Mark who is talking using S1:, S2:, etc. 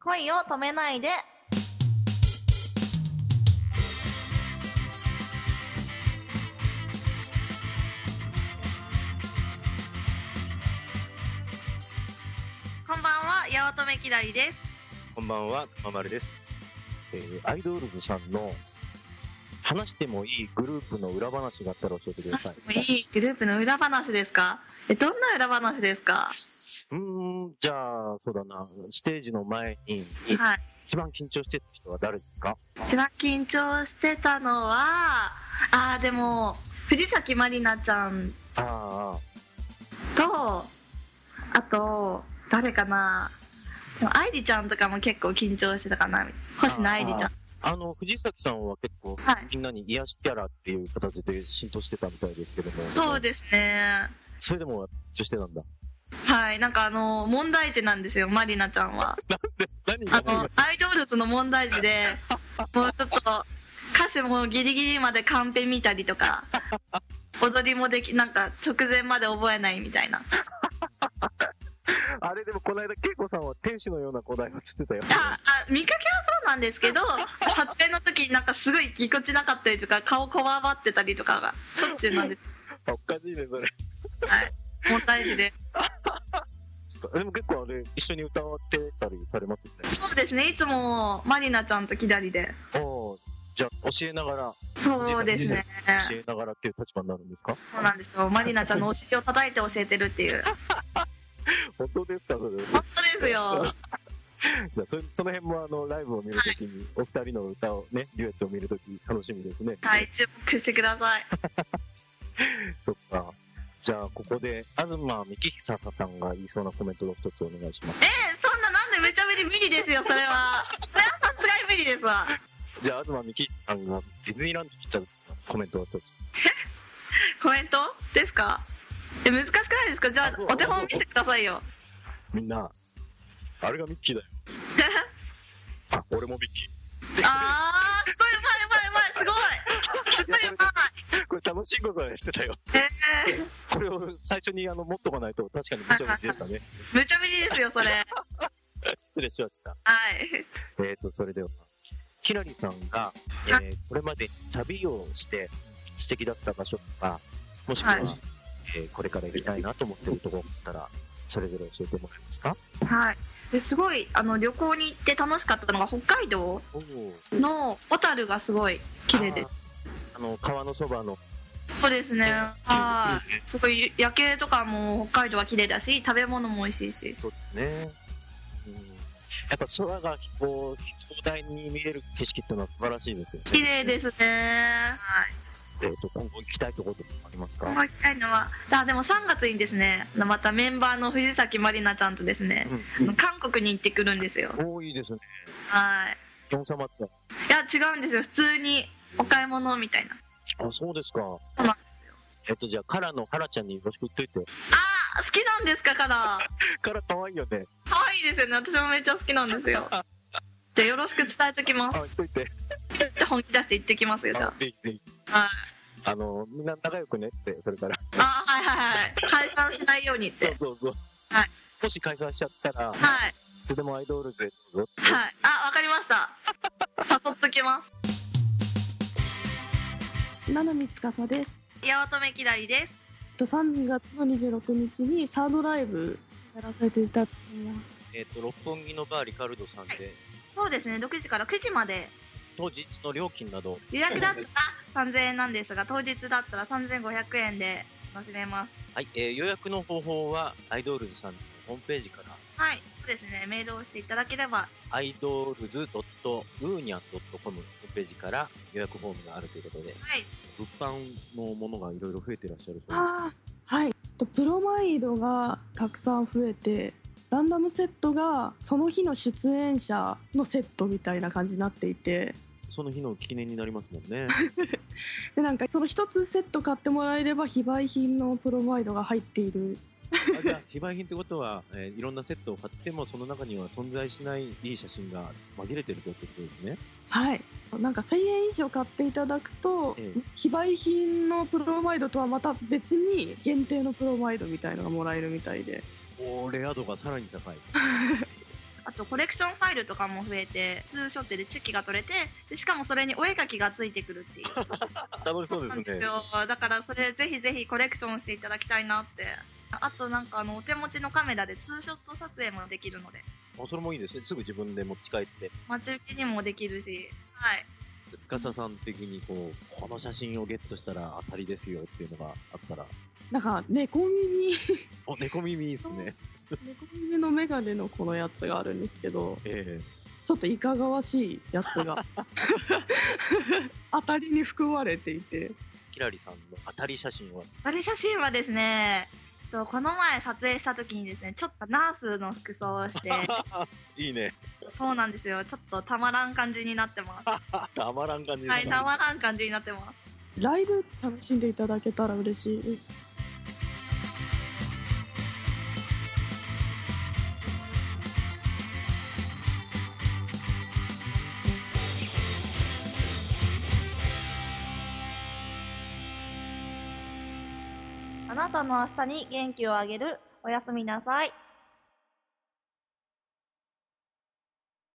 S1: 恋を止めないで。こんばんは、八乙女きだりです。
S2: こんばんは、ままるです。
S3: えーアイドルズさんの話してもいいグループの裏話があったら教えてく ださい。
S1: いいグループの裏話ですか。え、どんな裏話ですか。
S3: うーん、じゃあ、そうだな、ステージの前に、
S1: はい。
S3: 一番緊張してた人は誰ですか
S1: 一番緊張してたのはあーでも藤崎まりなちゃん
S3: あ
S1: とあと誰かなでも愛梨ちゃんとかも結構緊張してたかな星野愛梨ちゃん
S3: あ、あの、藤崎さんは結構、
S1: はい
S3: みんなに癒しキャラっていう形で浸透してたみたいですけども。
S1: そうですね
S3: それでも緊張してたんだ。
S1: はいなんかあの問題児なんですよまりなちゃんは
S3: 何
S1: あ
S3: が
S1: のアイドルズの問題児でもうちょっと歌詞もギリギリまでカンペ見たりとか踊りもできなんか直前まで覚えないみたいな
S3: あれでもこの間、恵子さんは天使のような子だよって言ってたよ。
S1: ああ見かけはそうなんですけど撮影の時になんかすごいぎこちなかったりとか顔こわばってたりとかがしょっちゅうなんです
S3: あおかしいね、それ。
S1: 問題児で
S3: ちょっとでも結構あれ、一緒に歌わってたりされますよね。
S1: そうですねいつもまりなちゃんときだりで
S3: おーじゃあ教えながら
S1: そうですね
S3: 教えながらっていう立場になるんですか、
S1: そうなんですよまりなちゃんのお尻を叩いて教えてるっていう
S3: 本当です かそれ
S1: 本当ですよ
S3: じゃあそその辺もあのライブを見るときに、お二人の歌をねデュエットを見るとき楽しみですね
S1: はい注目してください
S3: そっかじゃあここで東幹久さんが言いそうなコメントを一つお願いします
S1: えー、そんななんでめちゃめちゃ無理ですよそれはそれはさすがに無理ですわ
S3: じゃあ東幹久さんがディズニーランドに来たコメントを一つ
S1: コメントですかえ難しくないですかじゃあお手本見せてくださいよ
S3: みんなあれがミッ キーだよあ俺もミッキ
S1: あー、すごいうまいうまいうまい、すごい。すごいうま
S3: ーこれ楽しいことやってたよ
S1: い。えー、
S3: これを最初にあの持っとかないと確かに無茶ぶり でしたね
S1: むちゃぶりですよ、それ。はい。
S3: 失礼しましたえー、と、それでは、キラリさんが、えー
S1: は
S3: これまで旅をして、素敵だった場所とか、もしくは、
S1: はい
S3: えーこれから行きたいなと思ってるところがあったら、それぞれ教えてもらえますか
S1: はい。ですごいあの旅行に行って楽しかったのが北海道
S3: おお、
S1: の小樽がすごい綺麗です
S3: あー。あの、川のそばの、
S1: そうですねはいすごい夜景とかも北海道は綺麗だし食べ物も美味しいし
S3: そうですね。うん、やっぱ空がこう、広大に見える景色っていうのは素晴らしいですよね。。
S1: 綺麗ですすねはい
S3: えー、と、今後行きたいところとかありますか
S1: 今行きたいのはあでも3月にですねあのまたメンバーの藤崎まりなちゃんとですねあ
S3: うん
S1: の韓国に行ってくるんですよ
S3: うん。おーいいですね。
S1: はい
S3: ヨン様って。
S1: いや違うんですよ普通にお買い物みたいな
S3: あ、そうですか
S1: うなん。
S3: えっと、じゃあ、カラのカラちゃんによろしく言っといて。
S1: あ好きなんですかから可
S3: カラ可愛いよね。
S1: 愛いですよね私もめっちゃ好きなんですよじゃあよろしく伝えときます
S3: あ、言っといて。
S1: ちょっと本気出して行ってきますよじゃ
S3: あ
S1: あ
S3: ぜひぜひ。
S1: はい
S3: あの、みんな仲良くねって、それから。
S1: あはいはいはい解散しないようにっ
S3: そ
S1: て
S3: うそうそう。
S1: はい。
S3: もし解散しちゃったら、い
S1: はい
S3: つでもアイドールズへどうぞ。
S1: はいあわかりました誘っときます
S4: 七海司です。
S1: 八乙女きだりです
S4: えっと3月の26日にサードライブやらせていただきます。
S2: えっ、と、六本木のバーリカルドさんで、
S1: そうですね6時から9時まで
S2: 当日の料金など、
S1: 予約だったら3000円なんですが当日だったら3500円で楽しめます
S2: はい、えー予約の方法は、アイドルズさんのホームページから、
S1: はいそうですねメールをしていただければ
S2: アイドルズ .unian.com のホームページから予約フォームがあるということで、
S1: はい
S2: 物販のものがいろいろ増えてらっしゃるそうで
S4: ああ、はい。えっとブロマイドがたくさん増えて、ランダムセットがその日の出演者のセットみたいな感じになっていて、
S2: す。その日の記念になりますもん ね。
S4: でなんかその一つセット買ってもらえれば非売品のブロマイドが入っている。
S2: あじゃあ、非売品ってことは、えーいろんなセットを買っても、その中には存在しないいい写真が紛れてるとってことですね。
S4: はい。なんか1000円以上買っていただくと、
S2: ええ
S4: 非売品のプロマイドとはまた別に限定のプロマイドみたいのがもらえるみたいで。
S2: おーレア度がさらに高い。
S1: あとコレクションファイルとかも増えてツーショットでチェキが取れてでしかもそれにお絵描きがついてくるっていう
S5: 楽し そうで
S1: なん
S5: す
S1: です
S5: ね。
S1: よだからそれぜひぜひコレクションしていただきたいなってあとなんかあのお手持ちのカメラでツーショット撮影もできるので
S3: あそれもいいですね。すぐ自分で持ち帰って、
S1: 待ち受けにもできるしはい
S3: 司さん的にこう、この写真をゲットしたら当たりですよっていうのがあったら、
S4: なんか猫耳
S3: お、猫耳いいっすね。
S4: 猫耳のメガネのこのやつがあるんですけど
S3: え
S4: ちょっといかがわしいやつが当たりに含まれていて
S3: キラリさんの当たり写真は、
S1: バリ写真はですねとこの前撮影した時にですねちょっとナースの服装をして
S3: いいね。
S1: そうなんですよちょっとたまらん感じになっ てます
S3: たまらん感じです
S1: はい
S3: ね
S1: たまらん感じになってます
S4: ライブ楽しんでいただけたら嬉しい
S1: あなたの明日に元気をあげるおやすみなさい